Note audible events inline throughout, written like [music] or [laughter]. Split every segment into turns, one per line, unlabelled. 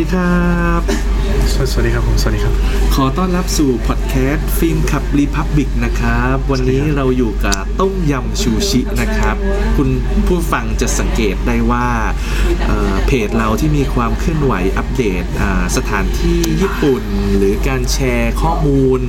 ดีครับ
สวสวัสดีครับผมสวัสดีครับ
ขอต้อนรับสู่พอดแคสต์ฟิล์มขับรีพับบิกนะครับ วันนี้เราอยู่กับต้มยำชูชินะครับ คุณผู้ฟังจะสังเกตได้ว่าเอ่อเพจเราที่มีความเคลื่อนไหวอัปเดตอ่าสถานที่ญี่ปุ่น หรือการแชร์ข้อมูล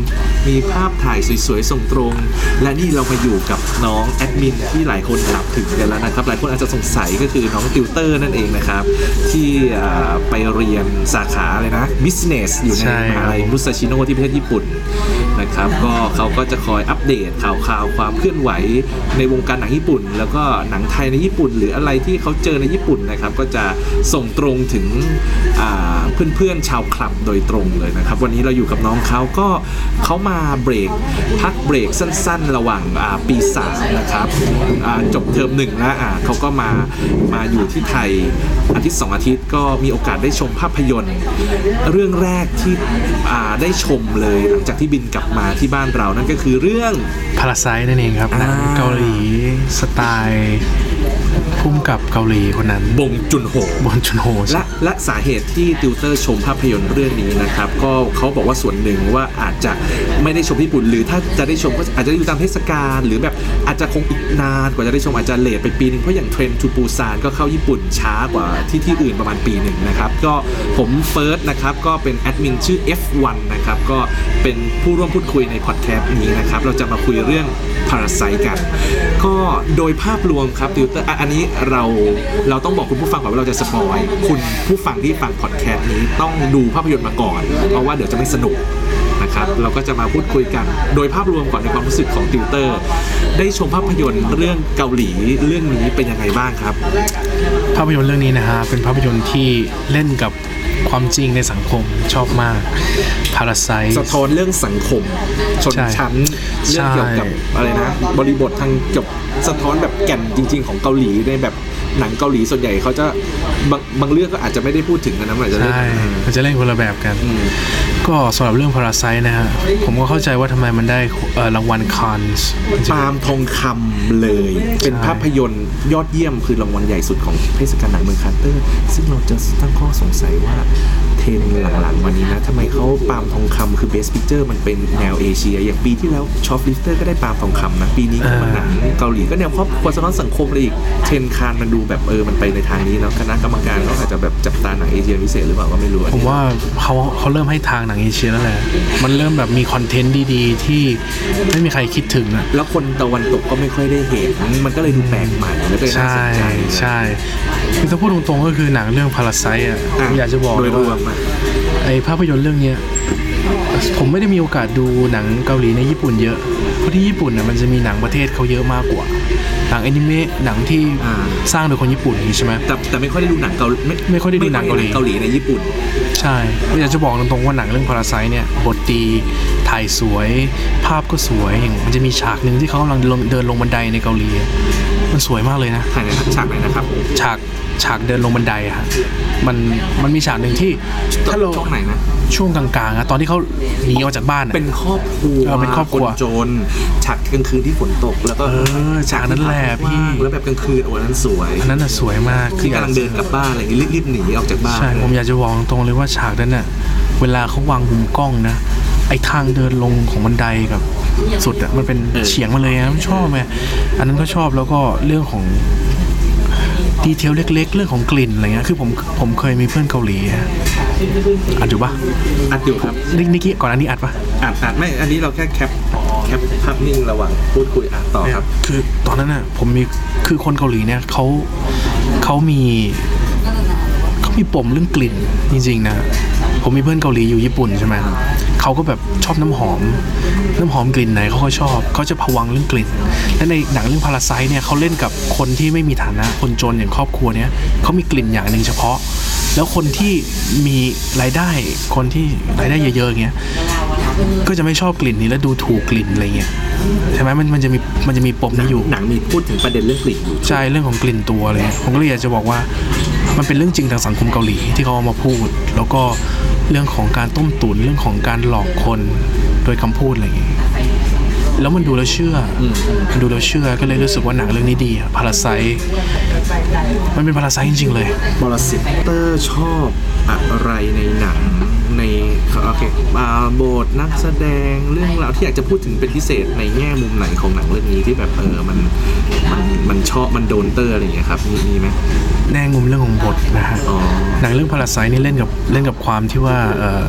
มีภาพถ่ายสวยๆ ส่งตรง และนี่เรามาอยู่กับน้องแอดมินที่หลายคนถามถึงกันแล้วนะครับ หลายคนอาจจะสงสัยก็คือน้องติวเตอร์นั่นเองนะครับ ที่อ่าไปเรียนสาขาเลยนะ business อยู่ใน
ใช่
ม
ครั
หา
บ
ลัย มุสาชิโนที่ประเทศญี่ปุ่นนะครับ ก็เขาก็จะคอยอัปเดตข่าวข่าวๆความเคลื่อนไหวในวงการหนังญี่ปุ่น แล้วก็หนังไทยในญี่ปุ่น หรืออะไรที่เขาเจอในญี่ปุ่นนะครับ ก็จะส่งตรงถึงอ่าเพื่อนๆชาวคลับโดยตรงเลยนะครับ วันนี้เราอยู่กับน้องเขาก็เขามาเบรกพักเบรกสั้น ๆ ระหว่างอ่าปีสามนะครับอ่าจบเทอมหนึ่งแล้วอ่าเขาก็มามาอยู่ที่ไทย อาทิตย์สองอาทิตย์ก็มีโอกาสได้ชมภาพยนตร์ เรื่องแรกที่อ่าได้ชมเลยหลังจากที่บินกลับมาที่บ้านเรานั่นก็คือเรื่อง
พาราไซนั่นเองครับหนังเกาหลีสไตล์พุ่มกับเกาหลีคนนั้น
บงจุนโฮ
บอนจุนโฮใช่
และและสาเหตุที่ติวเตอร์ชมภาพยนตร์เรื่องนี้นะครับ ก็เขาบอกว่าส่วนหนึ่งว่าอาจจะไม่ได้ชมที่ญี่ปุ่น หรือถ้าจะได้ชมก็อาจจะอยู่ตามเทศกาลหรือแบบอาจจะคงอีกนานกว่าจะได้ชมอาจจะเลทไปปีหนึงเพราะอย่างเทรนทูปูซานก็เข้าญี่ปุ่นช้ากว่าที่ที่อื่นประมาณปีหนึ่งนะครับก็ผมเฟิร์สนะครับก็เป็นแอดมินชื่อ F1 นะครับก็เป็นผู้ร่วมพูดคุยในพอดแคสต์นี้นะครับเราจะมาคุยเรื่อง พาราไซกัน ก็โดยภาพรวมครับติวเตอร์อ่ะอันนี้เราเราต้องบอกคุณผู้ฟังก่อนว่าเราจะสปอยคุณผู้ฟังที่ฟังพอดแคสต์นี้ต้องดูภาพยนตร์มาก่อน เพราะว่าเดี๋ยวจะไม่สนุกนะครับ เราก็จะมาพูดคุยกัน โดยภาพรวมก่อนในความรู้สึกของติวเตอร์ ได้ชมภาพยนตร์เรื่องเกาหลีเรื่องนี้เป็นยังไงบ้างครับ
ภาพยนตร์เรื่องนี้นะฮะเป็นภาพยนตร์ที่เล่นกับความจริงในสังคมชอบมากพาราไซ
สะท้อนเรื่องสังคม ชน
ใช่
ชั้นเรื่อง
ใช่
เกี่ยวกับอะไรนะ บริบททางเกี่ยวกับสะท้อนแบบแก่นจริง ๆ ของเกาหลีในแบบหนังเกาหลีส่วนใหญ่เขาจะบางบางเรื่องก็อาจจะไม่ได้พูดถึงนะนะมันอาจจะเรื่อง
ใช่มันจะเล่นคนละแบบกัน ก็สำหรับเรื่องพาราไซนะฮะผมก็เข้าใจว่าทำไมมันได้เอ่อรางวัลคอนส์
ปาล์มทองคำเลย เป็นภาพยนตร์ยอดเยี่ยมคือรางวัลใหญ่สุดของเทศกาลหนังเมืองคันเตอร์ ซึ่งเราจะตั้งข้อสงสัยว่าเทรนด์หลังๆวันนี้นะทำไมเขาปาล์มทองคำคือ Best Picture มันเป็นแนวเอเชีย อย่างปีที่แล้วชอฟลิสเตอร์ก็ได้ปาล์มทองคำนะปีนี้ก็มาหนัง เกาหลีก็แนวครอบครัวสะท้อนสังคมเลยอีกเทรนด์คานมันดูแบบเออมันไปในทางนี้แล้วคณะกรรมการก็อาจจะแบบจับตาหนังเอเชียพิเศษหรือเปล่าก็ไม่รู้อัน
ผ
นี้
มว่าเขาเขาเริ่มให้ทางหนังเอเชียแล้วแหละ มันเริ่มแบบมีคอนเทนต์ดีๆ ที่ไม่มีใครคิดถึงอะ
แล้วคนตะวันตกก็ไม่ค่อยได้เห็น มันก็เลยดูแปลกใหม่แล้วก็เลยน่า
ใช่
สนใจ
ใช่คือถ้าพูดตรงๆก็คือหนังเรื่องพาราไซอ่ะ
อ่
ผมอยากจะบอก
โดย
เลย
รว
ว่าม
อะ
ไอภาพยนตร์เรื่องเนี้ยผมไม่ได้มีโอกาสดูหนังเกาหลีในญี่ปุ่นเยอะเพราะที่ญี่ปุ่นน่ะมันจะมีหนังประเทศเขาเยอะมากกว่า หนังแอนิเมะหนังที่
อ่า
สร้างโดยคนญี่ปุ่นอย่างนี้ใช่ไหม
แต่แต่ไม่ค่อยได้ดูหนังเกาหลี
ไม่ค่อยได้ดูหนังเกาหลี
เกาหลีในญี่ปุ่น
ใช่ผมอยากจะบอกตรงๆว่าหนังเรื่องพาราไซเนี่ยบทดีถ่ายสวย ภาพก็สวยอย่างมันจะมีฉากหนึ่งที่เขากำลังลงเดินลงบันไดในเกาหลีอะมันสวยมากเลยนะ
ถ่ายในฉากไหนนะครับ
ฉากฉากเดินลงบันไดอะฮะมันมันมีฉากหนึ่งที่ถ้าเรา
ช่องไหนนะ
ช่วงกลางๆอะตอนที่เขาหนีออกจากบ้านอะ
เป็นครอบครัว
เออเป็นครอบครัวน
จน ฉากกลางคืนที่ฝนตก แล้วก็
เออฉากนั้นแหละพี่
แล้วแบบกลางคืนโอ้นั้นสวย
อันนั้นอะสวยมาก
คือกำลังเดินกลับบ้านอะไรอย่างงี้รีบๆหนีออกจากบ้าน
ใช่ผมอยากจะบอกตรงเลยว่าฉากนั้นน่ะเวลาเขาวางมุมกล้องนะไอ้ทางเดินลงของบันไดกับสุดอะมันเป็นเฉียงมาเลยนะผมชอบไหมอันนั้นก็ชอบแล้วก็เรื่องของดีเทลเล็ก ๆ เรื่องของกลิ่นอะไรเงี้ยคือผมผมเคยมีเพื่อนเกาหลีอะอัดอยู่ปะ
อัดอยู่ครับ
นิกนิกกี้ก่อนอันนี้อัดปะ
อัดอัดไม่อันนี้เราแค่แคปแคปภาพนิ่งระหว่างพูดคุยอัดต่อครับ
คือตอนนั้นน่ะผมมีคือคนเกาหลีเนี่ยเขาเขามีเขามีปมเรื่องกลิ่นจริงๆนะผมมีเพื่อนเกาหลีอยู่ญี่ปุ่นใช่ไหมเขาก็แบบชอบน้ำหอม น้ำหอมกลิ่นไหนเขาก็ชอบเขาจะพะวังเรื่องกลิ่น และในหนังเรื่องพาราไซเนี่ยเขาเล่นกับคนที่ไม่มีฐานะคนจนอย่างครอบครัวเนี่ยเขามีกลิ่นอย่างหนึ่งเฉพาะ แล้วคนที่มีรายได้คนที่รายได้เยอะๆอย่างเงี้ย ก็จะไม่ชอบกลิ่นนี้และดูถูกกลิ่นอะไรเงี้ยใช่ไหมมันมันจะมีมันจะมีปมนี้อยู่
หนังมีพูดถึงประเด็นเรื่องกลิ่นอยู่
ใช่เรื่องของกลิ่นตัวเลยผมก็เลยอยากจะบอกว่า มันเป็นเรื่องจริงทางสังคมเกาหลีที่เขาเอามาพูด แล้วก็เรื่องของการต้มตุ๋นเรื่องของการหลอกคนโดยคำพูดอะไรอย่างเงี้ย แล้วมันดูแล้วเชื่ออ
ม
มันดูแล้วเชื่อก็เลยรู้สึกว่าหนังเรื่องนี้ดีพาราไซมันเป็นพาราไซจริงๆเลย
บรสิตเตอร์ชอบอะไรในหนังในโอเคอ่าบทนักแสดงเรื่องราวที่อยากจะพูดถึงเป็นพิเศษในแง่มุมไหนของหนังเรื่องนี้ที่แบบเออมันมันมันชอบมันโดนเตอร์อะไรอย่างเงี้ยครับมีมีไหม
แน่งุมเรื่องของบทนะฮะ
อ๋อ
หนังเรื่องพาราไซนี่เล่นกับเล่นกับความที่ว่าเอ่อ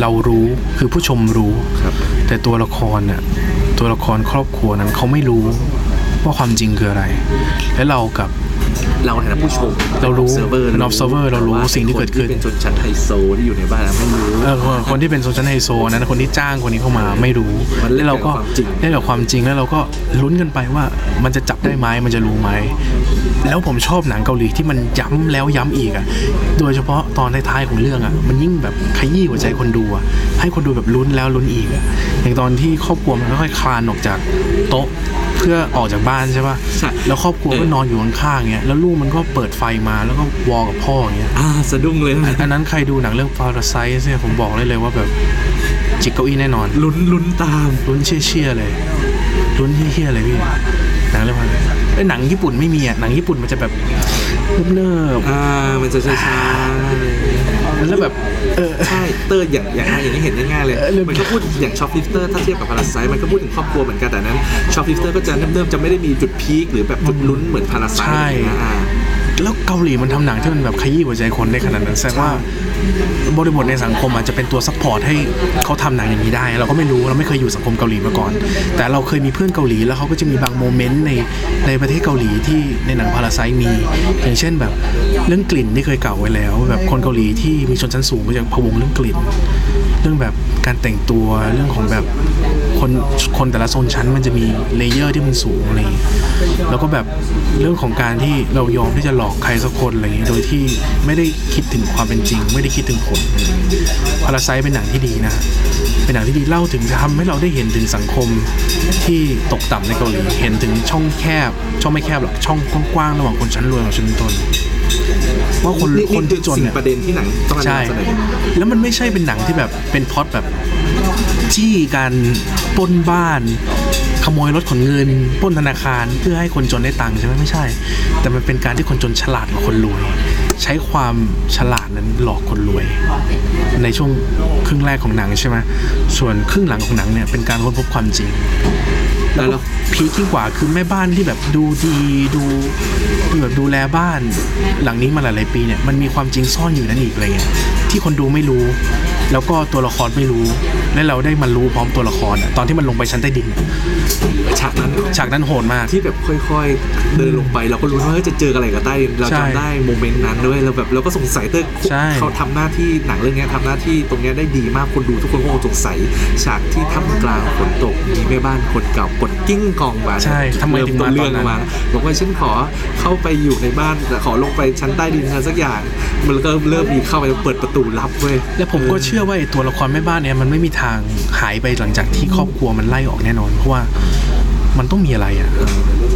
เรารู้คือผู้ชมรู้
ครับ
แต่ตัวละครน่ะตัวละครครอบครัวนั้นเขาไม่รู้ว่าความจริงคืออะไร และเรากับ
เราในฐานะผู้ชม
เรารู้
เซิร์ฟเวอร์
observer เรารู้สิ่งที่เกิดขึ้น
เป็นชนชั้นไฮโซที่อยู่ในบ้านเราไม่รู้
เออคนคนที่เป็นโซนชั้นไฮโซนั้นคนที่จ้างคนนี้เข้ามาไม่รู้
มันเล่น
แล้วเราก็
กับความจริง
เล่นกับความจริงแล้วเราก็ลุ้นกันไปว่ามันจะจับได้ไหมมันจะรู้ไหมแล้วผมชอบหนังเกาหลีที่มันย้ำแล้วย้ำอีกอ่ะโดยเฉพาะตอนท้ายๆของเรื่องอ่ะมันยิ่งแบบขยี้หัวใจคนดูอ่ะให้คนดูแบบลุ้นแล้วลุ้นอีกอ่ะอย่างตอนที่ครอบครัวมันค่อยๆคลานออกจากโต๊ะเพื่อออกจากบ้านใช่ป่ะ
ใช่
แล้วครอบครัวก็นอนอยู่ข้างๆเงี้ยแล้วลูกมันก็เปิดไฟมาแล้วก็วอกับพ่ออย่างเงี้ย
อ่าสะดุ้งเลยนะ
อันนั้นใครดูหนังเรื่อง Parasite เนี่ยผมบอกได้เลยว่าแบบจิกเก้าอี้แน่นอน
ลุ้นลุ้นตาม
ลุ้นเชี่ยเชี่ยๆเลยลุ้นเชี่ยเชี่ยๆเลยพี่หนังเรื่องอะไรไอ้ยหนังญี่ปุ่นไม่มีอ่ะหนังญี่ปุ่นมันจะแบบเนิบ
อ่ามันจะช้าช้า
ๆมันแล้วแบบเออ
ๆใช่เตอร์อย่างอย่างอย่างนี้เห็นง่ายๆเลย
เออเรื่อง
มันก็พูดอย่างช็อปลิฟเตอร์ถ้าเทียบกับพาราไซมันก็พูดถึงครอบครัวเหมือนกันแต่นั้นช็อปลิฟเตอร์ก็จะเริ่มๆจะไม่ได้มีจุดพีคหรือแบบจุดลุ้นเหมือนพาราไซ
ใช่แล้วเกาหลีมันทำหนังที่มันแบบขยี้หัวใจคนได้ขนาดนั้นแสดงว่าบริบทในสังคมอาจจะเป็นตัวซัพพอร์ตให้เขาทำหนังอย่างนี้ได้ เราก็ไม่รู้เราไม่เคยอยู่สังคมเกาหลีมาก่อน แต่เราเคยมีเพื่อนเกาหลีแล้วเขาก็จะมีบางโมเมนต์ในในประเทศเกาหลีที่ในหนังพาราไซมี อย่างเช่นแบบเรื่องกลิ่นที่เคยกล่าวไว้แล้ว แบบคนเกาหลีที่มีชนชั้นสูงก็จะพะวงเรื่องกลิ่น เรื่องแบบการแต่งตัวเรื่องของแบบคนคนแต่ละโซนชั้นมันจะมีเลเยอร์ที่มันสูงอะไรอย่างเงี้ยแล้วก็แบบเรื่องของการที่เรายอมที่จะหลอกใครสักคนอะไรอย่างเงี้ยโดยที่ไม่ได้คิดถึงความเป็นจริง ไม่ได้คิดถึงผลพาราไซเป็นหนังที่ดีนะ เป็นหนังที่ดีเล่าถึงทำให้เราได้เห็นถึงสังคมที่ตกต่ำในเกาหลีเห็นถึงช่องแคบ ช่องไม่แคบหรอกช่องกว้างๆระหว่างคนชั้นรวยกับชั้นต้นว่าคน
นี่
คนที่จน
สิ่
เนี่ย
งประเด็นที่หนังต้องการ
ใช่
นำเสนอ
แล้วมันไม่ใช่เป็นหนังที่แบบเป็นพล็อตแบบจี้กันปล้นบ้าน ขโมยรถขนเงินปล้นธนาคารเพื่อให้คนจนได้ตังค์ใช่ไหมไม่ใช่ แต่มันเป็นการที่คนจนฉลาดกว่าคนรวย ใช้ความฉลาดนั้นหลอกคนรวย ในช่วงครึ่งแรกของหนังใช่ไหมส่วนครึ่งหลังของหนังเนี่ยเป็นการค้นพบความจริง
แล้วเรา
พีคยิ่งกว่าคือแม่บ้านที่แบบดูดีดูดูแบบดูแลบ้าน หลังนี้มาหลายๆปีเนี่ยมันมีความจริงซ่อนอยู่นั่นอีกอะไรเงี้ยที่คนดูไม่รู้ แล้วก็ตัวละครไม่รู้ และเราได้มารู้พร้อมตัวละครอะตอนที่มันลงไปชั้นใต้ดินอะ
ฉากนั้น
ฉากนั้นโหดมาก
ที่แบบค่อยๆ เดินลงไปเราก็รู้นว่าเฮ้ยจะเจออะไรกับใต้ดินเรา
ใช่
จำได้โมเมนต์นั้นด้วยเราแบบเราก็สงสัยเตอร์
ใช่
เขาทำหน้าที่หนังเรื่องเนี้ยทำหน้าที่ตรงเนี้ยได้ดีมากคนดูทุกคนก็คงสงสัยฉากที่ท่ามกลางฝนตกมีแม่บ้านคนเก่ากดกิ้งกองมา
ใช่ทำไมถึงมา
เริ่
ต
เรื่
อ
อ
น
ง
นั้น
มาบอกว่าฉันขอเข้าไปอยู่ในบ้านขอลงไปชั้นใต้ดินชั้นสักอย่าง มันก็เริ่มมีเข้าไปเปิดประตูลับเว้ย
และผมก็เชื่อว่าไอ้ตัวละครแม่บ้านเนี่ยมันไม่มีทางหายไปหลังจากที่ครอบครัวมันไล่ออกแน่นอนเพราะว่ามันต้องมีอะไรอ่ะ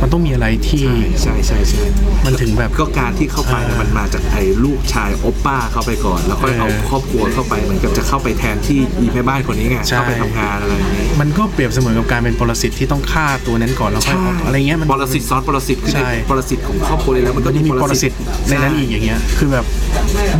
มันต้องมีอะไรที่
ใช่ใช่ใช่
มันถึงแบบ
ก็การที่เข้าไปเนี่ยมันมาจากไอ้ลูกชายโอปป้าเข้าไปก่อน แล้วค่อยเอา
เออ
ครอบครัวเข้าไปเหมือนกับจะเข้าไปแทนที่อีแม่บ้านคนนี้ไง
ใช่
เข้าไปทำงานอะไรอย่างเงี้ย
มันก็เปรียบเสมือนกับการเป็นปรสิตที่ต้องฆ่าตัวนั้นก่อนแล้วค่อยออกอะไรเงี้ยมัน
ปรสิตซ้อนปรสิตคือ
ใช่
ในปรสิตของครอบครัวเลยแล้วมัน
ต
ก็
อนนี้มีปรสิตในนั้นอีกอย่างเงี้ย คือแบบ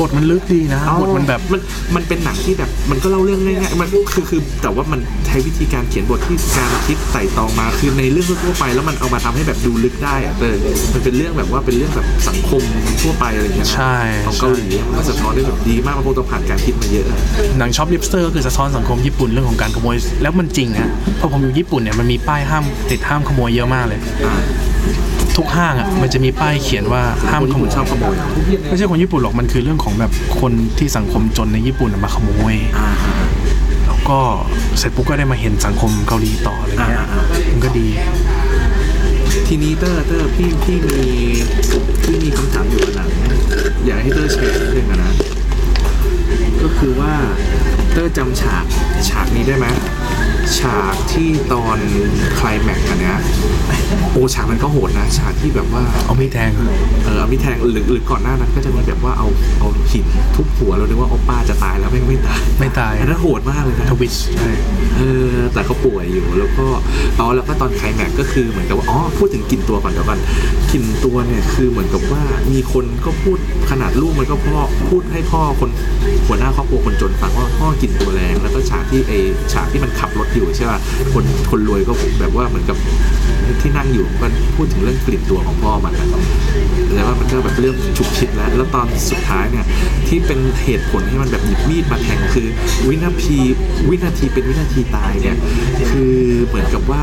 บทมันลึกดีนะ
ใช่
บทมันแบบ
มันมันเป็นหนังที่แบบมันก็เล่าเรื่องง่ายๆมันคือคือแต่ว่ามันใช้วิธีการเขียนบทที่การคิดไต่ตองมาคือในเรื่องทั่วๆไปแล้วมันเอามาทำให้แบบดูลึกได้อะเออมันเป็นเรื่องแบบว่าเป็นเรื่องแบบสังคมทั่วไปอะไรอย่างเงี้ยนะ
ใช่
ของเกาหลีมันสะท้อนได้แบบดีมากมันคงต้องผ่านการคิดมาเยอะ
หนังช็อปลิปสเตอร์ก็คือสะท้อนสังคมญี่ปุ่นเรื่องของการขโมย แล้วมันจริงนะเพราะผมอยู่ญี่ปุ่นเนี่ยมันมีป้ายห้ามติดห้ามขโมยเยอะมากเลย
อ่า
ทุกห้างอ่ะมันจะมีป้ายเขียนว่าห้าม
คน
ข
ญี่
โม
ปุ่น
ย
ชอบขโมย
ไม่ใช่คนญี่ปุ่นหรอกมันคือเรื่องของแบบคนที่สังคมจนในญี่ปุ่นอะมาขโมย
อ่า
แล้วก็เสร็จปุ๊บก็ได้มาเห็นสังคมเกาหลีต่ออะไรเงี้ย
อ่า
มันก็ดี
ทีนี้เตอร์เตอร์พี่พี่มีพี่มีคำถามอยู่อันหลังอยากให้เตอร์แชร์นิดนึงอะนะ ก็คือว่าเตอร์จำฉากฉากนี้ได้ไหม ฉากที่ตอนไคลแม็กซ์อันเนี้ยโอฉากมันก็โหดนะ ฉากที่แบบว่า
เอาไม่แทงอะ
เออมีแทงหรือหรือก่อนหน้านั้นก็จะมีแบบว่าเอาเอาหินทุบหัวเรานึกว่าโอป้าจะตายแล้วไม่งไม่ตาย
ไม่ตาย
อันนั้นโหดมากเลยนะ
ทวิชใช่
เออแต่เขาป่วยอยู่แล้วก็อ๋อแล้วก็ตอนไคลแม็กซ์ก็คือเหมือนกับว่าอ๋อพูดถึงกลิ่นตัวก่อนเดี๋ยวก่อนกลิ่นตัวเนี่ยคือเหมือนกับว่ามีคนก็พูดขนาดลูกมันก็พ่อพูดให้พ่อคนหัวหน้าครอบครัวคนจนฟังว่าพ่อกลิ่นตัวแรงแล้วก็ฉากที่ไอฉากที่มันขับรถอยู่ใช่ป่ะคนคนรวยก็แบบว่าเหมือนกับที่นั่งอยู่มันพูดถึงเรื่องกลิ่นตัวของพ่อมันนะแต่ว่ามันก็แบบเรื่องฉุกคิดแล้ว แล้วตอนสุดท้ายเนี่ยที่เป็นเหตุผลให้มันแบบหยิบมีดมาแทงคือวินาทีวินาทีเป็นวินาทีตายเนี่ยคือเหมือนกับว่า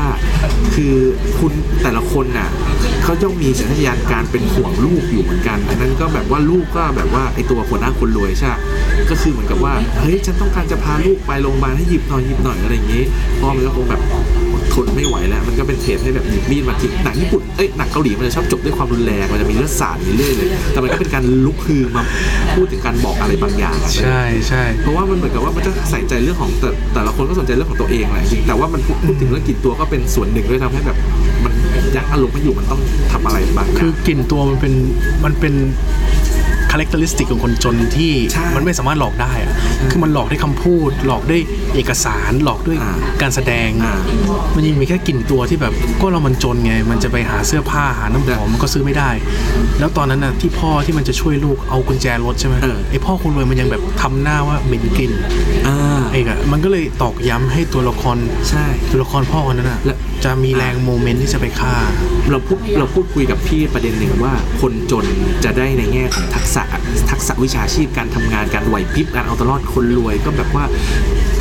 คือคุณแต่ละคนน่ะเขาย่อมมีสัญญาณการเป็นห่วงลูกอยู่เหมือนกันอันนั้นก็แบบว่าลูกก็แบบว่าไอตัวหัวหน้าคนรวยใช่ปะก็คือเหมือนกับว่าเฮ้ยฉันต้องการจะพาลูกไปโรงพยาบาลให้หยิบหน่อยหยิบหน่อยอะไรอย่างงี้พ่อมันก็คงแบบ ทนไม่ไหวแล้วมันก็เป็นเหตุให้แบบหยิบมีดมาทิ้งหนังญี่ปุ่นเอ้ยหนังเกาหลีมันจะชอบจบด้วยความรุนแรงมันจะมีเลือดสาดมีเรื่อยเลยแต่มันก็เป็นการลุกฮือมาพูดถึงการบอกอะไรบางอย่างอะ
ใช่ใช่
เพราะว่ามันเหมือนกับว่ามันจะใส่ใจเรื่องของแต่แต่ละคนก็สนใจเรื่องของตัวเองแหละจริงแต่ว่ามันพูดพูดถึงเรื่องกลินตัวก็เป็นส่วนหนึ่งด้วยทำให้แบบ มันยักอารมณ์ไม่อยู่มันต้องทำอะไรบางอย่า
คือง กลิ่นตัวมันเป็นมันเป็นคาแรคเตอริสติกของคนจนที่
ใช่
มันไม่สามารถหลอกได้อะคือมันหลอกด้วยคำพูด หลอกด้วยเอกสารหลอกด้วย
อ่า
การแสดง
อ่า
มันยังมีแค่กลิ่นตัวที่แบบก็เรามันจนไง มันจะไปหาเสื้อผ้าหาน้ำหอมมันก็ซื้อไม่ได้ แล้วตอนนั้นน่ะที่พ่อที่มันจะช่วยลูกเอากุญแจรถใช่ไหม
เออ
ไอพ่อคนรวยมันยังแบบทำหน้าว่าเหม็นกลิ่น
อ่า
เอกอะมันก็เลยตอกย้ำให้ตัวละคร
ใช่
ตัวละครพ่อคนนั้นอ่ะ
และ
จะมีแรงโมเมนต์ที่จะไปฆ่า
เราพูดเราพูดคุยกับพี่ประเด็นหนึ่งว่าคนจนจะได้ในแง่ของทักษะทักษะวิชาชีพการทำงานการไหวพริบการเอาตัวรอดคนรวยก็แบบว่า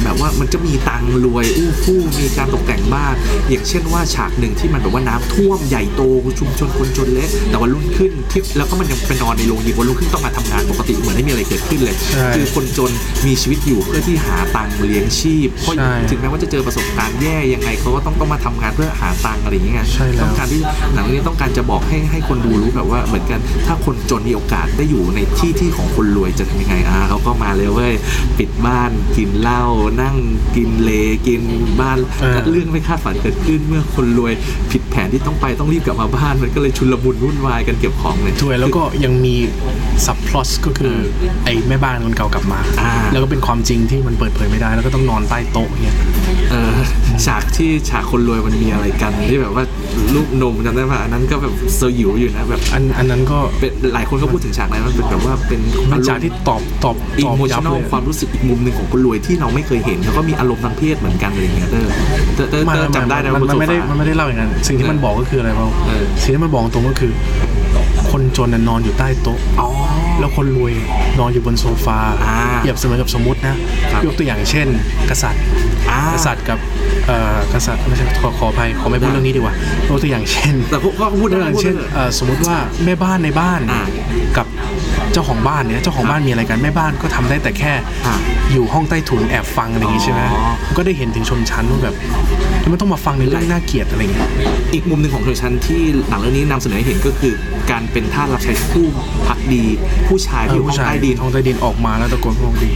แบบว่ามันจะมีตังค์รวยอู้ฟู่มีการตกแต่งบ้านอย่างเช่นว่าฉากหนึ่งที่มันแบบว่าน้ำท่วมใหญ่โตชุมชนคนจนเละแต่วันรุ่งขึ้นที่แล้วก็มันยังไปนอนในโรงยิมวันรุ่งขึ้นต้องมาทำงานปกติเหมือนไม่มีอะไรเกิดขึ้นเลย
ใช่
คือคนจนมีชีวิตอยู่เพื่อที่หาตังค์เลี้ยงชีพเพราะ
ใช่
ถึงแม้ว่าจะเจอประสบการณ์แย่ยังไงเขาก็ต้องต้องมาทำงานเพื่อหาตังค์อะไรอย่างเงี้ย
ใช่แล้ว
ต้องการที่หนังเรื่องนี้ต้องการจะบอกให้ให้คนดูรู้แบบว่าเหมือนกันถ้าคนจนมีโอกาสได้อยู่ในที่ที่ของคนรวยจะทำยังไงอ่าเขาก็มาเลยเว้ยปิดบ้านกินเหล้านั่งกินเลกินบ้าน
เออ
เรื่องไม่คาดฝันเกิดขึ้นเมื่อคนรวยผิดแผนที่ต้องไปต้องรีบกลับมาบ้านมันก็เลยชุลมุนวุ่นวายกันเก็บของเลย
ด้วยแล้วก็ยังมีซับพลอสก็คือไอ้แม่บ้านคนเก่ากลับมา
อ่า
แล้วก็เป็นความจริงที่มันเปิดเผยไม่ได้แล้วก็ต้องนอนใต้โต๊ะเนี่ย
เออฉากที่ฉากคนรวยมันมีอะไรกันที่แบบว่าลูกนมจำได้ป่ะอันนั้นก็แบบเซอร์หยิวอยู่นะแบบ
อันอันนั้นก็
เป็นหลายคนก็พูดถึงฉากนั้นมันเป็นแบบว่าเป็นอ
เป็น
รมณ์
ฉากที่ตอบตอบ
อิ
ตอบ
โม
ยั
ชั่
บ
นอ
เล
ล
ย
ความรู้สึกอีกมุมหนึ่งของคนรวยที่เราไม่เคยเห็น แล้วก็มีอารมณ์ทางเพศเหมือนกันอะไรอย่างเงี้ยเตอร์เตอร์เตอร์เตอร์จำได้นะ
มัน
คุณ
มัน
โซ
ไม่ได้
ฟา
มันไม่ได้เล่าอย่างนั้นสิ่งที่มันบอกก็คืออะไรเปล่า
เออ
สิ่งที่มันบอกตรงก็คือ คนจนน่ะนอนอยู่ใต้โต๊ะ
อ๋อ
แล้วคนรวยนอนอยู่บนโซฟา
อ่า
เปรียบเสมือนกับสมมตินะครับ ยกตัวอย่างเช่น กษัตริย์
อ่าก
ษัตริย์กับเอ่อกษัตริย์ไม่ใช่ขอขออภัยขอไม่พูดเรื่องนี้ดีกว่ายกตัวอย่างเช่น
แต่พวกก็พูด
ตั
ได้
วอย่าง
พูด
เช่น
ได้
เอ่อสมมติว่าแม่บ้านในบ้าน
อ่า
กับเจ้าของบ้านเนี่ยเจ้าของบ้านมีอะไรกันแม่บ้านก็ทำได้แต่แค่
อ่า
อยู่ห้องใต้ถุนแอบฟังอะไรอย่างงี้ใช่ไหม
อ๋อ
ก็ได้เห็นถึงชนชั้นว่าแบบแล้วมันต้องมาฟังในเรื่องน่าเกลียดอะไรอย่างเงี้ย
อีกมุมหนึ่งของชนชั้นที่หนังเรื่องนี้นำเสนอให้เห็นก็คือ การเป็นท่าสรับใช้ผู้พักดี ผู้ชายที่อยู่ห้องใต้ดิน
ห้องใต้ดินออกมาแล้วตะโกนพวกดี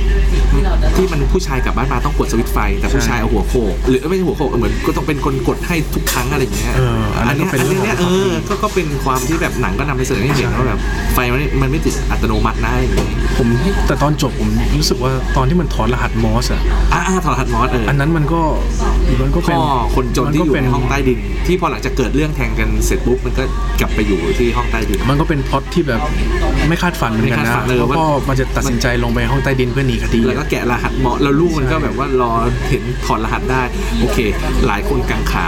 ที่มันผู้ชายกลับบ้านมาต้องกดสวิตช์ไฟ แต่ผู้ชายเอาหัวโขกหรือไม่ใช่หัวโขกเหมือนก็ต้องเป็นคนกดให้ทุกครั้งอะไรอย่างเงี้ย
เอออันนั้นก็
เนี้ย
เป็น
อัน
เรื่องข
เนี้
อย ง
เออก็ก็เป็นความที่แบบหนังก็นำไปเสนอให้เห็นว่าแบบไฟมันไม่มันไม่ติดอัตโนมัตินะอะไรอย่างเงี้ย
ผมแต่ตอนจบผมรู้สึกว่าตอนที่มันถอนรหัสมอสอ่ะ
อ่าถอดหัดมอสเออ
อันนั้นมันก็มันก็เป็
พ่
น
อคนจนที่อยู่
มัก็เป็
ในห้องใต้ดิน ที่พอหลังจากเกิดเรื่องแทงกันเสร็จปุ๊บมันก็กลับไปอยู่ที่ห้องใต้ดิน
มันก็เป็นพล็อตที่แบบไม่คาดฝันเหมือนกัน
ไม่คาด
นะ
ฝันเลย
เพราะ
ว่า
พ่อมันจะตัดสินใจลงไปห้องใต้ดินเพื่อหนีคดี
แล้วก็
อะ
แกะรหัสมอสแล้วลูกมันก็แบบว่ารอเห็นถอดรหัสได้ โอเค หลายคนกังขา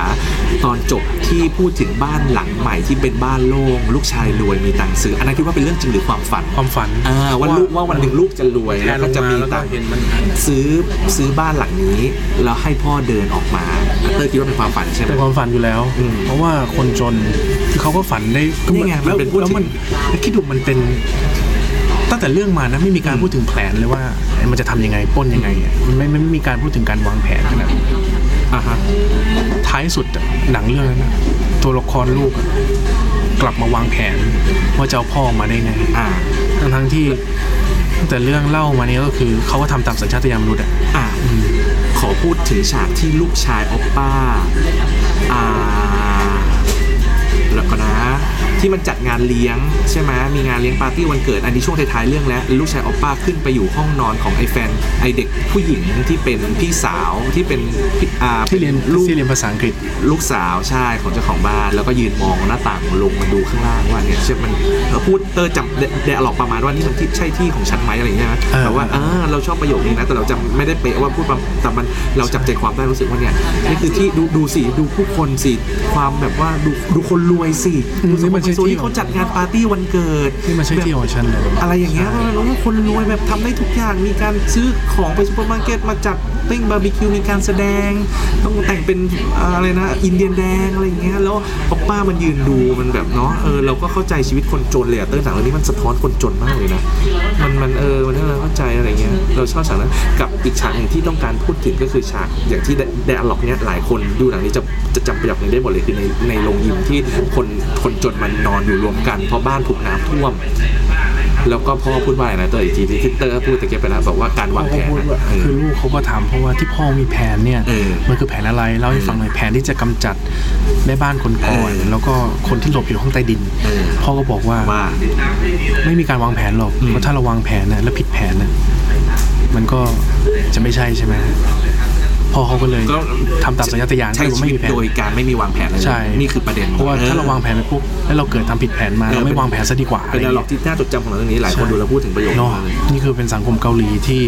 ตอนจบที่พูดถึงบ้านหลังใหม่ที่เป็นบ้านโล่งลูกชายรวยมีตังค์ซื้ออันนั้นคิดว่าเป็นเรื่องจริงหรือความฝัน
ความฝัน
อ่าวันลูกว่าวันหนึ่งลูกจะรวย
แท
แล้ว
นล
ก็
ง
จะ
มา
มี
แล้วก็
ตังค์
เห็นมัน
ซื้อซื้อบ้านหลังนี้แล้วให้พ่อเดินออกมาเตอร์คิดว่าเป็นความฝันใช่ไหม
เป็นความฝันอยู่แล้ว
อืม
เพราะว่าคนจนคือเขาก็ฝันได้ก็เหมือ
นี่ไงมัน
แล้ว
เป็นพูด
แล้วมัน
ถึง
แล้วคิดดูมันเป็น ตั้งแต่เรื่องมานะไม่มีการพูดถึงแผนเลยว่าเอ้ยมันจะทำยังไงปล้นยังไงอะมันไม่ไม่ไม่มีการพูดถึงการวางแผนขนาดนั้น
อ่าฮะ
ท้ายสุดอะหนังเรื่องนั้นอะตัวละครลูกอะกลับมาวางแผนว่าจะเอาพ่อมาได้ไง
อ่า
ทั้งทั้งๆที่ แต่เรื่องเล่ามาเนี้ก็คือเขาก็ทำตามสัญชาตญาณมนุษย์อะ
อ่ะขอพูดถึงฉากที่ลูกชายออปป้า อ่า แล้วก็นะ ที่มันจัดงานเลี้ยง ใช่ไหมมีงานเลี้ยงปาร์ตี้วันเกิด อันนี้ช่วงท้ายๆเรื่องแล้ว ลูกชายออปป้าขึ้นไปอยู่ห้องนอนของไอแฟน ไอเด็กผู้หญิงที่เป็นพี่สาวที่เป็นพี่อ่า
ที่เรียน
ลูก
ที่เรียนภาษาอังกฤษ
ลูกสาวใช่ของเจ้าของบ้านแล้วก็ยืนมองหน้าต่างลงมาดูข้างล่างว่าเนี่ยเชื่อมันเออพูดเตอจำเดะหลอกประมาณว่านี่มันที่ใช่ที่ของฉันไหมอะไรอย่างเงี้ยนะ
เออ
แต่ว่าเออเราชอบประโยคนี้นะ แต่เราจำไม่ได้เป๊ะว่าพูดประมาณแต่มันเราจับใจความได้รู้สึกว่าเนี่ยนี่คือที่ดูดูสิดูผู้คนสิความแบบว่าดูดูคนรวยสิดูสิคนรวยที่เขาจัดงานปาร์ตี้วันเกิด
ที่มาใช้ที่ของฉันเลย
อะไรอย่างเงี้ยเราว่าคนรวยแบบทำได้ทุกอย่าง มีการซื้อของไปซูเปอร์มาร์เก็ตมาจัดปิ้งบาร์บีคิว มีการแสดง ต้องแต่งเป็นเอ่ออะไรนะ อินเดียนแดงอะไรอย่างเงี้ย แล้วป๊อปป้ามันยืนดูมันแบบเนาะ เออ เราก็เข้าใจชีวิตคนจนเลยอะเติ้งหนังเรื่องนี้มันสะท้อนคนจนมากเลยนะ มัน มันเออ มันให้เราเข้าใจอะไรเงี้ย เราชอบฉากนั้น กับอีกฉากหนึ่งที่ต้องการพูดถึงก็คือฉากอย่างที่แดร์ล็อกเนี้ยหลายคนดูหนังนี้จะจะจำประโยคนี้ได้หมดเลยคือในในโรงยิมที่คนคนจนมันนอนอยู่รวมกันเพราะบ้านถูกน้ำท่วม แล้วก็พ่อพูดว่าอะไรนะเตอร์อีกทีที่ที่เตอร์พูดตะเกียบไปแล้วบอกว่าการ
พ่
วา
อง
แผ
ก็
น
พูดว่า
นะเอ
คือ
อ
ลูกเขาก็ถามเพราะว่าที่พ่อมีแผนเนี่ย
เออ
มันคือแผนอะไรเล่าให้ฟังหน่อยแผนที่จะกำจัดแม่บ้านคนก่อน
เออ
แล้วก็คนที่หลบอยู่ห้องใต้ดิน
เออ
พ่อก็บอกว่า
ว่า
ไม่มีการวางแผนหรอก
อืม
เพราะถ้าเราวางแผนน่ะแล้วผิดแผนน่ะมันก็จะไม่ใช่ใช่ไหมพ่อเขาก็เลย
ก็
ทำตามสัญชาตญาณ
ใช้
คือ
ชี
ว่าไม่
วิ
มี
ต
แผน
โดยการไม่มีวางแผนเลย
ใช่
นี่คือประเด็น
เพราะว่า
ออ
ถ้าเราวางแผนไปปุ๊บแล้วเราเกิดทำผิดแผนมา
เออ
เราไม่วางแผนซะดีกว่าอะไร
เป็น
อ
ดา
ย่าง
ร์
เงี้
ล็อก
ย
ที่น่าจดจำของหนังเรื่องนี้หลายคน
ใช่
ดูแล้วพูดถึงประโยค
เนาะ
มากเลย
นี่คือเป็นสังคมเกาหลีที่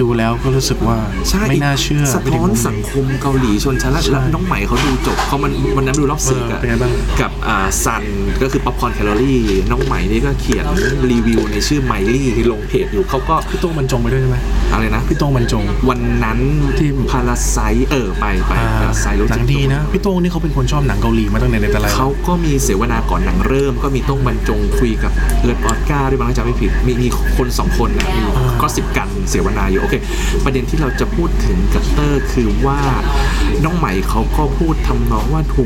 ดูแล้วก็รู้สึกว่า
ใช่
ไม่น่าเชื่อ
สะ
ไปถึ
ท้อน
มุม
สัง
นี้
คมเกาหลีชนชั้นและ
ใช่
น้องใหม่เขาดูจบเขามันวันนั้นดูรอบสื่อกับ
เออเป็นไงบ้าง
กับอ่าซันก็คือป๊อปคอร์นแคลอรี่น้องใหม่นี่ก็เขียนรีวิวในชื่อไมลี่ที่ลงเพจอยู่เขาก็
พี่โต้งบรรจงไปด้วยใช่ไหม
อะไรนะ
พี่โต้งบรรจง
วันนั้น
ที่
พาราไซเออไปไป
อ่า
พาราไซรู้
หนั
จัก
งดีนะพี่โต้งนี่เขาเป็นคนชอบหนังเกาหลีมาตั้งแต่ในแต่ไร
เขาก็มีเสวนาก่อนหนังเริ่ม ก็มีต้องบรรจงคุยกับเอิร์ดออสการ์ด้วยบางถ้าจำไม่ผิด มีมีคนสองคนนะมีก็สิบกันเสวนาอยู่โอเค ประเด็นที่เราจะพูดถึงกับเตอร์คือว่าน้องใหม่เขาก็พูดทำนองว่าโถู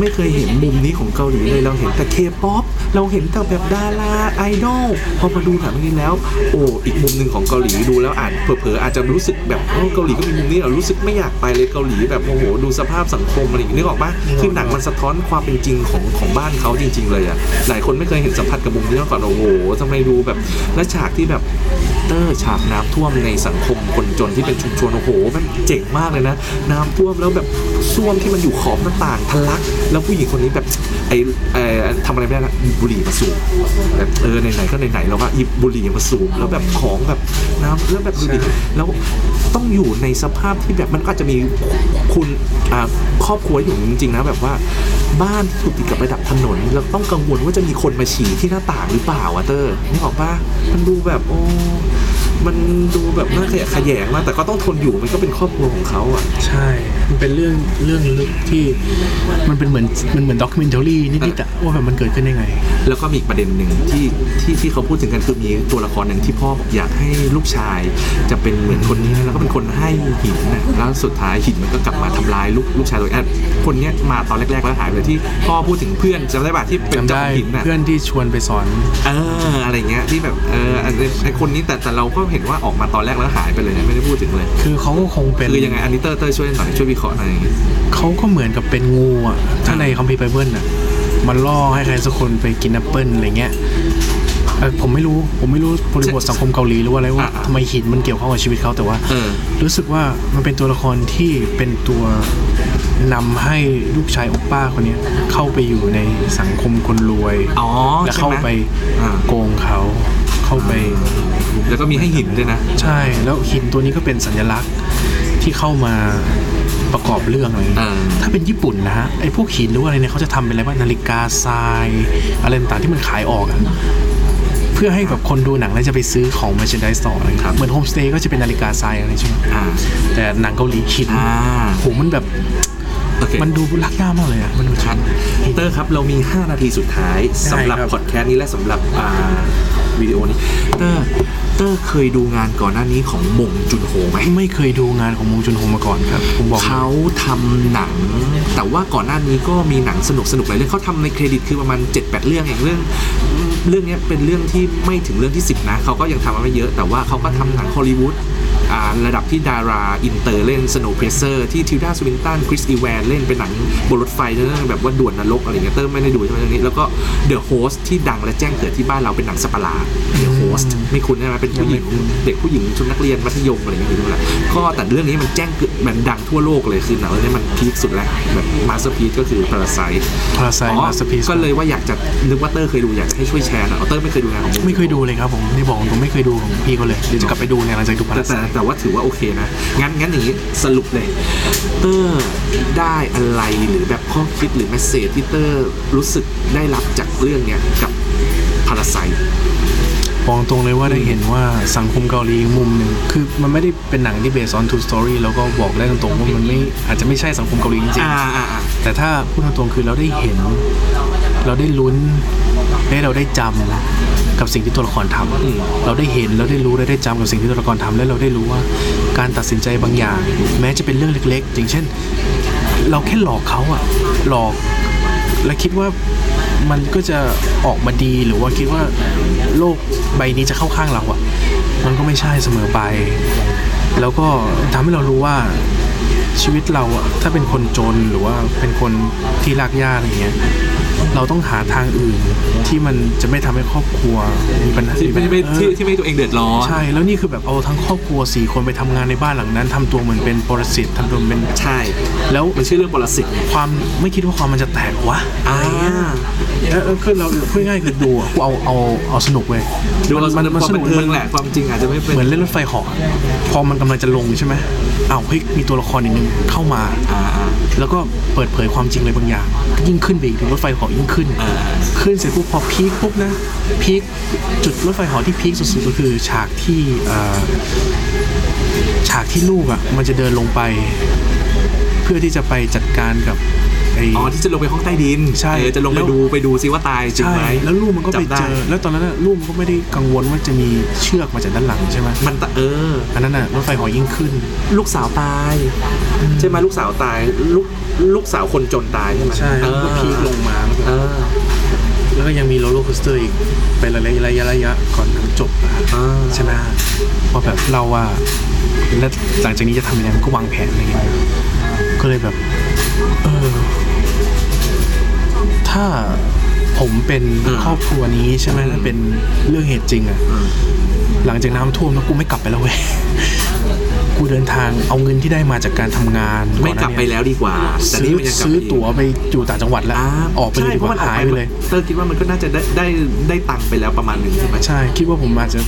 ไม่เคยเห็นมุมนี้ของเกาหลีเลย เราเห็นแต่เคป๊อปเราเห็นแต่แบบดาราไอดอลพอมาดูหนังเรื่องนี้แล้ว โอ้อีกมุมหนึ่งของเกาหลีดูแล้วอ่านเผลอๆอาจจะรู้สึกแบบเออเกาหลีก็มีมุมนี้เหรารู้สึกไม่อยากไปเลยเกาหลีแบบโอ้โหดูสภาพสังคมอะไรอย่างนี้นึกออกปะคือหนังมันสะท้อนความเป็นจริงของของบ้านเขาจริง ๆ เลยอะหลายคนไม่เคยเห็นสัมผัสกับมุมนี้มาก่อนโอ้โหทำไมดูแบบและฉากที่แบบ เตอร์ฉากน้ำท่วมในสังคมคนจนที่เป็นชุมชนโอ้โหมันเจ๋งมากเลยนะ น้ำท่วมแล้วแบบซ่วมที่มันอยู่ขอบหน้าต่างทะลัก แล้วผู้หญิงคนนี้แบบไอ้ไอ้ทำอะไรไม่ได้ละหยิบบุหรี่มาสูบแบบเออไหนๆก็ไหนๆแล้วว่าหยิบบุหรี่มาสูบแล้วแบบของแบบน้ำแล้วแบบดูดิแล้วต้องอยู่ในสภาพที่แบบมันก็อาจจะมีคุณอ่าครอบครัวอยู่จริงๆนะแบบว่า บ้านที่อยู่ติดกับระดับถนนเราต้องกังวลว่าจะมีคนมาฉี่ที่หน้าต่างหรือเปล่าอะเตอร์นี่ออกปะมันดูแบบโอ้ มันดูแบบน่าขยะแขยงมากแต่ก็ต้องทนอยู่มันก็เป็นครอบครัวของเขาอ่ะ
ใช่ มันเป็นเรื่องเรื่องลึกที่มันเป็นเหมือนมันเหมือนด็อกมินเทอรี่นิดๆอะว่าแบบมันเกิดขึ้นได้ไง
แล้วก็มีอีกประเด็นหนึ่งที่ที่ที่เขาพูดถึงกันคือมีตัวละครหนึ่งที่พ่อบอกอยากให้ลูกชาย จะเป็นเหมือนคนนี้นะแล้วก็เป็นคนให้หินนะแล้วสุดท้ายหินมันก็กลับมาทำลายลูกลูกชายตัวเองอ่ะคนเนี้ยมาตอนแรกๆแล้วหายไปเลยที่พ่อพูดถึงเพื่อนจำได้ป่ะที่เป็น
จำ
เจ้าข
ได้
องหินน่ะ
เพื่อนที่ชวนไปสอน
เอออะไรเงี้ยที่แบบเอออันนี้ไอคนนี้แต่แต่เราก็เห็นว่าออกมาตอนแรกแล้วหายไปเลยนะไม่ได้พูดถึงเลย
คือเขาก็คงเป็น
คือยังไงอันนี้เตอร์เตอร์ช่วยหน่อยช่วยวิเคราะห์หน่อยอย่างงี้
เขาก็เหมือนกับเป็นงูอ่ะ ถ้าในคัมภีร์ไบเบิลอ่ะ มันล่อให้ใครสักคนไปกินแอปเปิ้ลอะไรเงี้ยเอ่อผมไม่รู้ ผมไม่รู้บริบทสังคมเกาหลีหรือว่าอะไรว่า
อ่าๆ
ทำไมหินมันเกี่ยวข้องกับชีวิตเขาแต่ว่า
เออ
รู้สึกว่ามันเป็นตัวละครที่เป็นตัวนำให้ลูกชายโอปป้าคนเนี้ยเข้าไปอยู่ในสังคมคนรวย
อ๋อ
แล้ว
ใช่
เข้า
ไหม
ไป
อ่า
โกงเขาเข้าไป
แล้วก็มีให้หินด้วยนะ
ใช่ แล้วหินตัวนี้ก็เป็นสัญลักษณ์ที่เข้ามาประกอบเรื่องอะไรอย่างเงี้ย
อ่า
ถ้าเป็นญี่ปุ่นนะฮะไอ้พวกหินหรือว่าอะไรเนี่ยเขาจะทำเป็นอะไรบ้างนาฬิกาทราย อะไรต่างๆที่มันขายออกอะเพื่อให้แบบคนดูหนังแล้วจะไปซื้อของมาเชนไดส์ต่ออะไรอย่างเงี้ยเหมือนโฮมสเตย์ก็จะเป็นนาฬิกาทรายอะไรใช่ไหม
อ่า
แต่หนังเกาหลีหิน
อ่า
โหมันแบบ
โอเค
มันดูรักย่ามากเลยอะมันดูชั
ชั
ด
ดเตอร์ครับ เรามี 5 นาทีสุดท้าย
ได้
สำหรับ
ครับ
พอดแคสต์นี้และสำหรับอ่าวิดีโอนี้เตอร์ เตอร์เคยดูงานก่อนหน้านี้ของหมงจุนโฮ
[laughs]
ไหม
ไม่เคยดูงานของมงจุนโฮมาก่อนครับ ผมบอกเลย
เขาทำหนัง แต่ว่าก่อนหน้านี้ก็มีหนังสนุกสนุกๆหลายเรื่องเขาทำในเครดิตคือประมาณ 7 8 เรื่องเองเรื่อง เรื่องเนี้ยเป็นเรื่องที่ไม่ถึงเรื่องที่ 10 นะเขาก็ยังทำมาไม่เยอะ แต่ว่าเขาก็ทำหนังฮอลลีวูดอ่าระดับที่ดาราอินเตอร์เล่นสโนว์เพเซอร์ที่ทิวดาสวินตันคริสอีแวนเล่นเป็นหนังบนรถไฟเรื่องแบบว่าด่วนนรกอะไรเงี้ยเติมไม่ได้ดูใช่ไหมเรื่องนี้แล้วก็เดอะโฮสที่ดังและแจ้งเกิดที่บ้านเราเป็นหนังสัตว์ประหลาดเดอะโฮสไม่คุ้นใช่ไหมเป็นผู้หญิง เด็กผู้หญิงชุดนักเรียนมัธยมอะไรอย่างเงี้ยไม่รู้แหละก็แต่เรื่องนี้มันแจ้งเกิดมันดังทั่วโลกเลยคือหนังเรื่องนี้มันพีคสุดแล้วแบบมาสเตอร์พีก็คือพาราไซ
พาราไซมาสปีส
ก็เลยว่าอยากจะนึกว่าเตอร์เคยดูอยากจะให้ช่วยแชร์หน่อยเอาเตอร์ไม่เคยดูงานของง
ไม่เคยดูเลยครับผมนี่บอกตรงๆไม่เคยดูของพี่เขาเลยเดี๋ยวจะกลับไปดูเนี่ยหลังจากดูพา
แต่
ราไซ
แต่แต่ว่าถือว่าโอเคนะ งั้นงั้นอย่างนี้สรุปเลย เตอร์ได้อะไรหรือแบบข้อคิดหรือแมสเซจที่เตอร์รู้สึกได้รับจากเรื่องเนี้ยกับพาราไซ
บอกตรงเลยว่าได้เห็นว่าสังคมเกาหลีมุมหนึ่งคือมันไม่ได้เป็นหนังที่ based on true story แล้วก็บอกได้ตรงๆว่ามันไม่อาจจะไม่ใช่สังคมเกาหลีจริง
อ่า
ๆ
อ่าอ่า
แต่ถ้าพูดตรงๆคือเราได้เห็น เราได้ลุ้นและเราได้จำกับสิ่งที่ตัวละครทำ
อืม
เราได้เห็นเราได้รู้และได้จำกับสิ่งที่ตัวละครทำและเราได้รู้ว่าการตัดสินใจบางอย่าง แม้จะเป็นเรื่องเล็ก ๆ อย่างเช่น เราแค่หลอกเขาอะหลอก และคิดว่ามันก็จะออกมาดีหรือว่าคิดว่าโลกใบนี้จะเข้าข้างเราอะมันก็ไม่ใช่เสมอไป แล้วก็ทำให้เรารู้ว่าชีวิตเราอะถ้าเป็นคนจนหรือว่าเป็นคนที่รากหญ้าอะไรเงี้ยเราต้องหาทางอื่นที่มันจะไม่ทำให้ครอบครัวมีปัญหา
ที่ไม่ไม่
เออ
ที่ที่ไม่ให้ตัวเองเดือดร้อน
ใช่ แล้วนี่คือแบบเอาทั้งครอบครัวสี่คนไปทำงานในบ้านหลังนั้นทำตัวเหมือนเป็นปรสิตทำตัวเหมือนเป็น
ใช่
แล้ว
มันชื่อเรื่องปรสิตไง
ความไม่คิดว่าความมันจะแตกวะ
อ่า
เออเออคือเราพูดง่ายๆคือดูอะเอาเอาเอาสนุกเว้ย
ดูเรามัน
มั
ความ
ส
บั
นุ
น
ก
เทิ
มั
ง
น
แหละความจริงอาจจะไม่เป็น
เหมือนเล่นรถไฟเหอพอมันกำลังจะลงใช่ไหมอ้าวเฮ้ยมีตัวละครอีกหนึ่งเข้ามา
อ่าอ่า
แล้วก็เปิดเผยความจริงอะไรบางอย่าง ยิ่งขึ้นไปอีกรถไฟเหอยิ่งขึ้น
อ่า
ขึ้นเสร็จปุ๊บพอพีคปุ๊บนะพีคจุดรถไฟเหอที่พีคสุดๆก็คือฉากที่เอ่อฉากที่ลูกอ่ะ มันจะเดินลงไป เพื่อที่จะไปจัดการกับไอ้
อ๋อที่จะลงไปห้องใต้ดิน
ใช่
เออจะลงไป
แล้ว
ดูไปดูซิว่าตายจริง
ใช่
ไหม
แล้วลูกมันก็ไป
ำด้
เจอ แล้วตอนนั้นน่ะลูกมันก็ไม่ได้กังวลว่าจะมีเชือกมาจากด้านหลังใช่ไหม
มันตะเออ
อันนั้นน่ะรถไฟเหอยิ่งขึ้น
ลูกสาวตาย ใช่ไหมลูกสาวตาย ลูกลูกสาวคนจนตายใช่ไหม
ใช่แล้วมันก็พีคลงมาแล้วก็
เออ
แล้วก็ยังมีโรลโลอร์โคสเตอร์อีกเป็นระยะระยะระยะก่อนหนังจบนะครับ
เออ
ใช่ไหมว่าแบบเราว่าแล้วหลังจากนี้จะทำยังไงมันก็วางแผนอะไรเงี้ยก็เลยแบบเออถ้าผมเป็นครอบครัวนี้ใช่ไหมถ้าเป็นเรื่องเหตุจริงอะหลังจากน้ำท่วมแล้วกูไม่กลับไปแล้วเว้ย [laughs] กูเดินทางเอาเงินที่ได้มาจากการทำงาน
ไม่กลับ
อนหน้า
ไป
เนี้ย
แล้วดีกว่า แต่
ซื้
นี่
อ
มันยังกลับ
ซื้อ
ไปก
ตั๋วไปอยู่ต่างจังหวัดแล้ว
อ่า
ออกไปเล
ใช่
ยดี
เพ
ก
ราะมัอ
ว่าน
อก
หาย
ไป
ไปเลย
เตอร์คิดว่ามันก็น่าจะได้ได้ได้ตังค์ไปแล้วประมาณหนึ่งใช่ไหม
ใช่ คิดว่าผมอาจจะ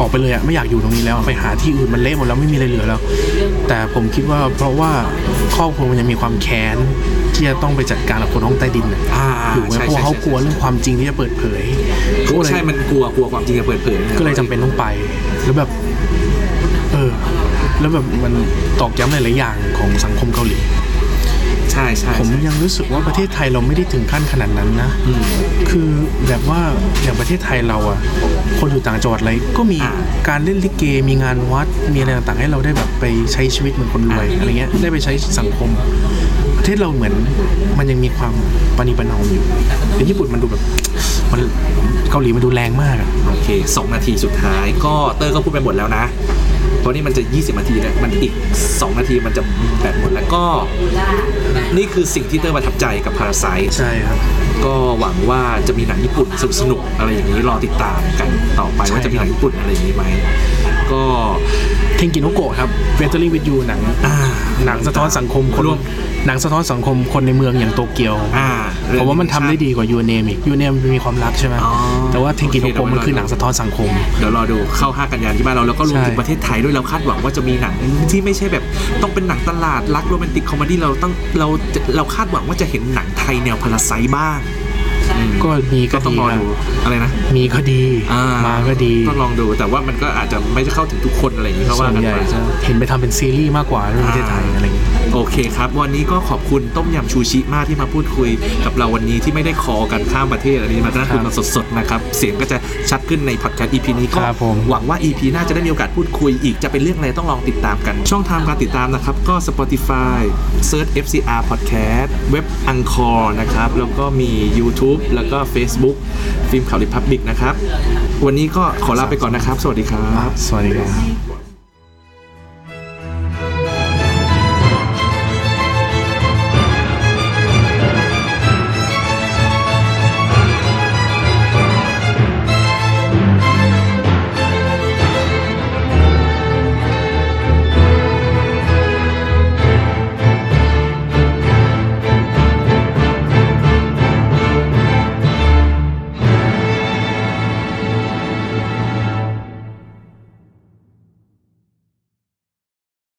ออกไปเลยอะไม่อยากอยู่ตรงนี้แล้วไปหาที่อื่นมันเละหมดแล้วไม่มีอะไรเหลือแล้ว แต่ผมคิดว่าเพราะว่าครอบครัวมันยังมีความแค้นที่จะต้องไปจัดการกับคนห้องใต้ดินน่ะ
อ่า
อยู่ไหม
ใช่
เพราะ
ใช่
ว่าเขากลัวเรื่องความจริงที่จะเปิดเผยก็เล
ใช่
ย
มันกลัวกลัวความจริงจะเปิดเผยนี่
ก็เลยจำเป็นต้องไป แล้วแบบ เออ แล้วแบบมันตอกย้ำหลายๆอย่างของสังคมเกาหลี
ใช่ใช่
ผม
ใช่
ยังรู้สึกว่าประเทศไทยเราไม่ได้ถึงขั้นขนาดนั้นนะ
อืม
คือแบบว่าอย่างประเทศไทยเราอะคนอยู่ต่างจังหวัดอะไรก็มี
อ่า
การเล่นลิเก มีงานวัด มีอะไรต่างๆให้เราได้แบบไปใช้ชีวิตเหมือนคนรวยอะไรเงี้ย ได้ไปใช้สังคม ประเทศเราเหมือนมันยังมีความปณีประนอมอยู่แต่ญี่ปุ่นมันดูแบบ มันเกาหลีมันดูแรงมากอะ
โอเคสองนาทีสุดท้ายก็เตอร์ก็พูดไปหมดแล้วนะ เพราะนี่มันจะ 20 นาทีแล้วมันอีก 2 นาทีมันจะแบตหมดแล้วก็ นี่คือสิ่งที่เตอร์ประทับใจกับพาราไซ
ใช่ครับ
ก็หวังว่าจะมีหนังญี่ปุ่นสนุกๆอะไรอย่างนี้รอติดตามกันต่อไป
ใช่
ว่าจะมีหนังญี่ปุ่นอะไรอย่างนี้ไหมก็
เทงกินโนโกะครับเฟเตอร์ลิงวิดยูหนัง
อ่า
หนังสะท้อนสังคมคน
ร่วม
หนังสะท้อนสังคมคนในเมืองอย่างโตเกียว
อ่า
ผ
เรื่อง
มว่ามันทำได้
ใช่
ดีกว่ายูเนมอีกยูเนมมีความรักใช่ไหม
อ๋อ
แต่ว่าเทงกิโนโกะ
โอเค
มันคือหนังสะท้อนสังคม
เดี๋ยวรอดูเข้า 5 กันยายนที่บ้านเราแล้วก็รวมถึง
ใช่
ประเทศไทยด้วยเราคาดหวังว่าจะมีหนังที่ไม่ใช่แบบต้องเป็นหนังตลาดรักโรแมนติกคอมเมดี้เราต้องเราเราคาดหวังว่าจะเห็นหนังไทยแนวพาราไซบ้าง
ก็มีก็
ก็ต้องร
ดี
อ
นะ
ดูอะไรนะ
มีก็ดี
อ่
มาก็ดี
ก็ลองดูแต่ว่ามันก็อาจจะไม่ได้เข้าถึงทุกคนอะไรอย่างนี้เขา
ส่
ว่า
วน
กัน
ใหญ่
ไป
จะเห็นไปทำเป็นซีรีส์มากกว่าในประเทศไทยอะไรอย่างเงี้ย
โอเคครับ วันนี้ก็ขอบคุณต้มยำชูชิมากที่มาพูดคุยกับเราวันนี้ที่ไม่ได้คอกันข้ามประเทศอันนี้มานั่งคุยกันสดๆนะครับ เสียงก็จะชัดขึ้นในพอดแคสต์ EP นี้ก็
ครับผม
หวังว่า EP หน่าจะได้มีโอกาสพูดคุยอีกจะเป็นเรื่องอะไรต้องลองติดตามกัน ช่องทางการติดตามนะครับ ก็ Spotify Search FCR Podcast เว็บ a n c o r นะครับ แล้วก็มี YouTube แล้วก็ Facebook ฟิล์มข่าว Republic นะครับ วันนี้ก็ขอลาไปก่อนนะครับ สวัสดีครับ
สวัสดีครับ